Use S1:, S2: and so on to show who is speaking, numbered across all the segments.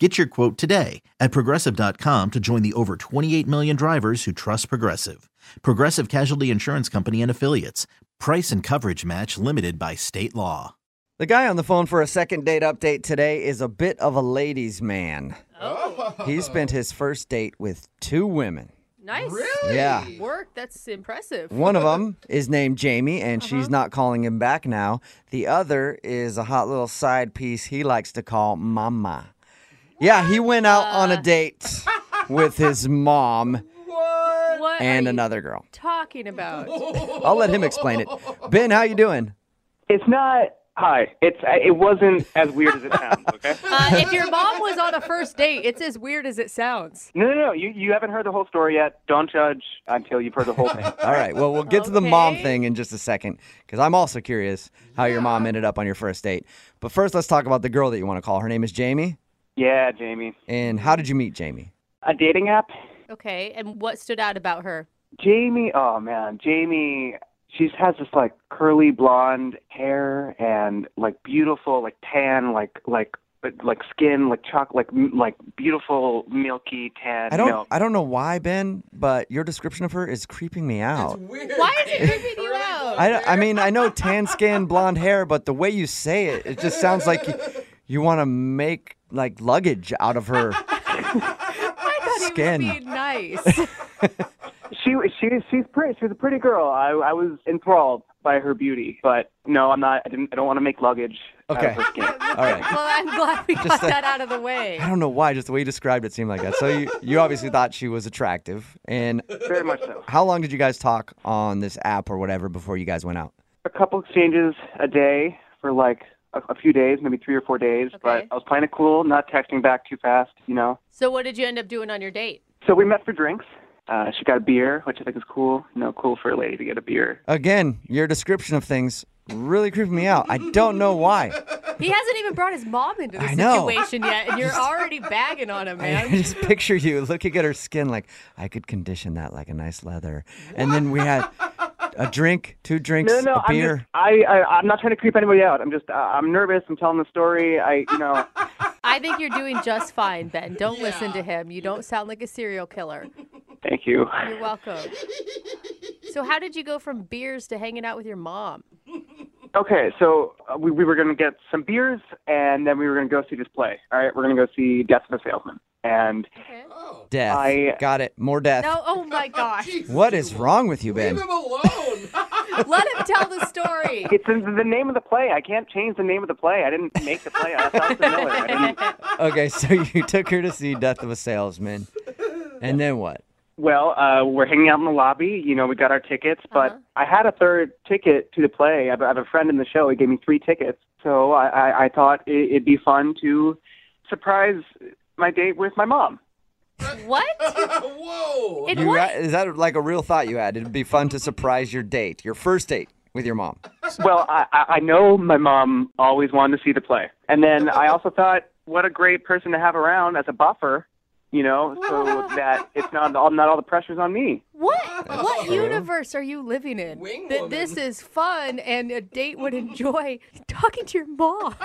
S1: Get your quote today at progressive.com to join the over 28 million drivers who trust Progressive. Progressive Casualty Insurance Company and Affiliates. Price and coverage match limited by state law.
S2: The guy on the phone for a second date update today is a bit of a ladies' man. He spent his first date with two women.
S3: Nice.
S4: Really?
S2: Yeah.
S3: Work. That's impressive.
S2: One of them is named Jamie, and she's not calling him back now. The other is a hot little side piece he likes to call Mama. Yeah, he went out on a date with his mom
S3: What
S2: and
S3: are you
S2: another girl.
S3: talking about? Uh,
S2: I'll let him explain it. Ben, how you doing?
S5: It's not. Hi. It's. uh, It wasn't as weird as it sounds. Okay.
S3: Uh, if your mom was on a first date, it's as weird as it sounds.
S5: No, no, no. You you haven't heard the whole story yet. Don't judge until you've heard the whole thing.
S2: All right. Well, we'll get to the mom
S3: Okay.
S2: thing in just a second because I'm also curious how your mom ended up on your first date. But first, let's talk about the girl that you want to call. Her name is Jamie.
S5: Yeah, Jamie.
S2: And how did you meet Jamie?
S5: A dating app.
S3: Okay. And what stood out about her?
S5: Jamie. Oh man, Jamie. She has this like curly blonde hair and like beautiful like tan like like like skin like choc like m- like beautiful milky tan.
S2: I don't.
S5: milk.
S2: I don't know why, Ben, but your description of her is creeping me out.
S3: Why is it creeping you out?
S2: I, don't- I mean, I know tan skin, blonde hair, but the way you say it, it just sounds like you, you want to make like luggage out of her.
S3: I thought he
S2: Skin.
S3: was being nice.
S5: She she she's pretty. She was a pretty girl. I I was enthralled by her beauty, but no, I'm not. I didn't. I don't want to make luggage. out of
S2: Okay.
S5: her skin.
S2: All right.
S3: well, I'm glad we got
S2: a-
S3: that out of the way.
S2: I don't know why, just the way you described it seemed like that. So you, you obviously thought she was attractive, and
S5: Very much so.
S2: How long did you guys talk on this app or whatever before you guys went out?
S5: a couple exchanges a day for like a, a few days, maybe three or four days. But
S3: Okay.
S5: I was playing it cool, not texting back too fast, you know.
S3: So, what did you end up doing on your date?
S5: So we met for drinks. Uh, she got a beer, which I think is cool. You know, cool for a lady to get a beer.
S2: Again, your description of things really creeping me out. I don't know why.
S3: He hasn't even brought his mom into the
S2: I know.
S3: situation yet, and you're already bagging on him,
S2: I
S3: man.
S2: just picture you looking at her skin like I could condition that like a nice leather. And then we had a drink, two drinks,
S5: No, no, no,
S2: a
S5: I'm
S2: beer.
S5: just, I, I, I'm not trying to creep anybody out. I'm just, uh, I'm nervous. I'm telling the story. I, you know,
S3: I think you're doing just fine, Ben. Don't listen to him. You don't sound like a serial killer.
S5: thank you.
S3: You're welcome. so, how did you go from beers to hanging out with your mom?
S5: Okay, so uh, we, we were going to get some beers, and then we were going to go see this play. All right, we're going to go see Death of a Salesman. And
S2: death.
S5: I-
S2: Got it. More death.
S3: No, oh my gosh.
S2: What is wrong with you, Ben?
S4: Leave him alone.
S3: Let him tell the story.
S5: it's in the name of the play. I can't change the name of the play. I didn't make the play. I sound familiar. I didn't,
S2: Okay, so you took her to see Death of a Salesman. And then what?
S5: Well, uh, we're hanging out in the lobby. You know, we got our tickets, but I had a third ticket to the play. I have, I have a friend in the show. He gave me three tickets, so I, I, I thought it, it'd be fun to surprise my date with my mom.
S3: What?
S4: Whoa.
S3: It
S2: You
S3: was
S2: got- is that like a real thought you had? It'd be fun to surprise your date, your first date with your mom.
S5: Well, I, I I know my mom always wanted to see the play, and then I also thought, what a great person to have around as a buffer. You know, so that it's not all not all the pressure's on me.
S3: what? What
S2: true.
S3: universe are you living in?
S4: Wing
S3: that this
S4: woman.
S3: is fun and a date would enjoy talking to your mom.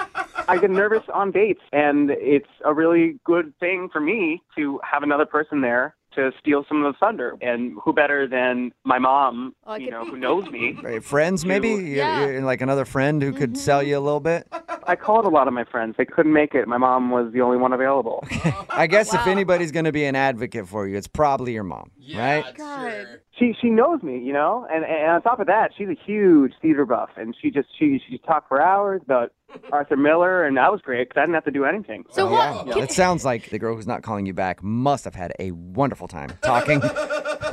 S5: I get nervous on dates, and it's a really good thing for me to have another person there to steal some of the thunder. And who better than my mom,
S3: Oh, I
S5: you
S3: could-
S5: know, who knows me?
S2: Right, friends maybe You're-
S3: Yeah. Mm-hmm.
S2: you're like another friend who could sell you a little bit
S5: I called a lot of my friends. They couldn't make it. My mom was the only one available.
S2: i guess if
S3: Wow.
S2: anybody's going to be an advocate for you it's probably your mom
S4: Yeah,
S2: right
S3: God.
S4: sure.
S5: she she knows me, you know, and and on top of that, she's a huge theater buff, and she just she she talked for hours about Arthur Miller, and that was great because I didn't have to do anything.
S3: So what?
S2: Oh, yeah. it sounds like the girl who's not calling you back must have had a wonderful time talking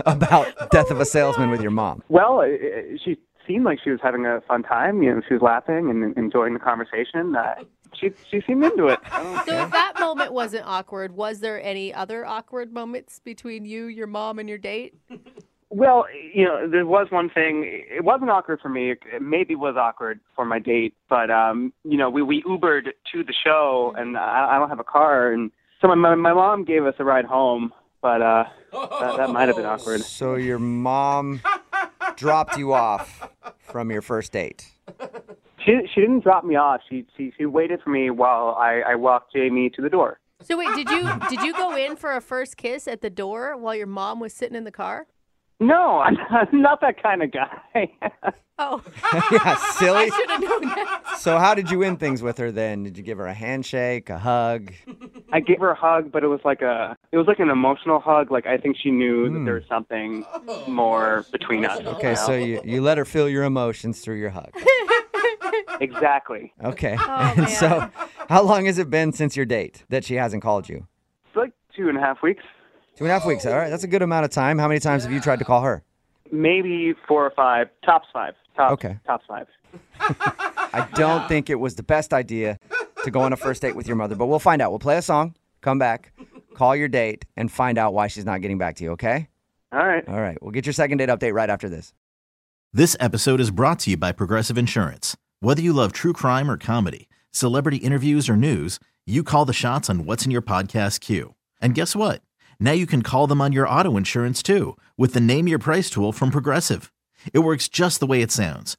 S2: about death of a salesman with your mom
S5: Well, i i she seemed like she was having a fun time. You know, she was laughing and enjoying the conversation. Uh, she she seemed into it. I don't-
S3: So if that moment wasn't awkward, was there any other awkward moments between you, your mom, and your date?
S5: Well, you know, there was one thing. It wasn't awkward for me. It maybe was awkward for my date, but um, you know, we we Ubered to the show, and I, I don't have a car, and so my my, my mom gave us a ride home, but uh,
S4: Oh.
S5: that, that might have been awkward.
S2: So your mom dropped you off from your first date.
S5: She she didn't drop me off. She she she waited for me while I I walked Jamie to the door.
S3: So wait, did you did you go in for a first kiss at the door while your mom was sitting in the car?
S5: No, I'm not, I'm not that kind of guy.
S3: Oh,
S2: yeah, silly.
S3: should have known that.
S2: So how did you end things with her then? Did you give her a handshake, a hug?
S5: I gave her a hug, but it was like a it was like an emotional hug. Like I think she knew that there was something more between us.
S2: Hmm. Okay,
S5: you
S2: so
S5: know?
S2: you, you let her feel your emotions through your hug.
S5: exactly.
S2: Okay.
S3: Oh,
S2: and so how long has it been since your date that she hasn't called you?
S5: It's like two and a half weeks,
S2: Two and a half weeks. All right, that's a good amount of time. How many times have you tried to call her?
S5: maybe four or five, tops five, tops,
S2: Okay.
S5: tops five.
S2: I don't think it was the best idea to go on a first date with your mother, but we'll find out. We'll play a song, come back, call your date, and find out why she's not getting back to you, okay?
S5: All right.
S2: All right, we'll get your second date update right after this.
S1: This episode is brought to you by Progressive Insurance. Whether you love true crime or comedy, celebrity interviews or news, you call the shots on what's in your podcast queue. And guess what? Now you can call them on your auto insurance too with the Name Your Price tool from Progressive. It works just the way it sounds.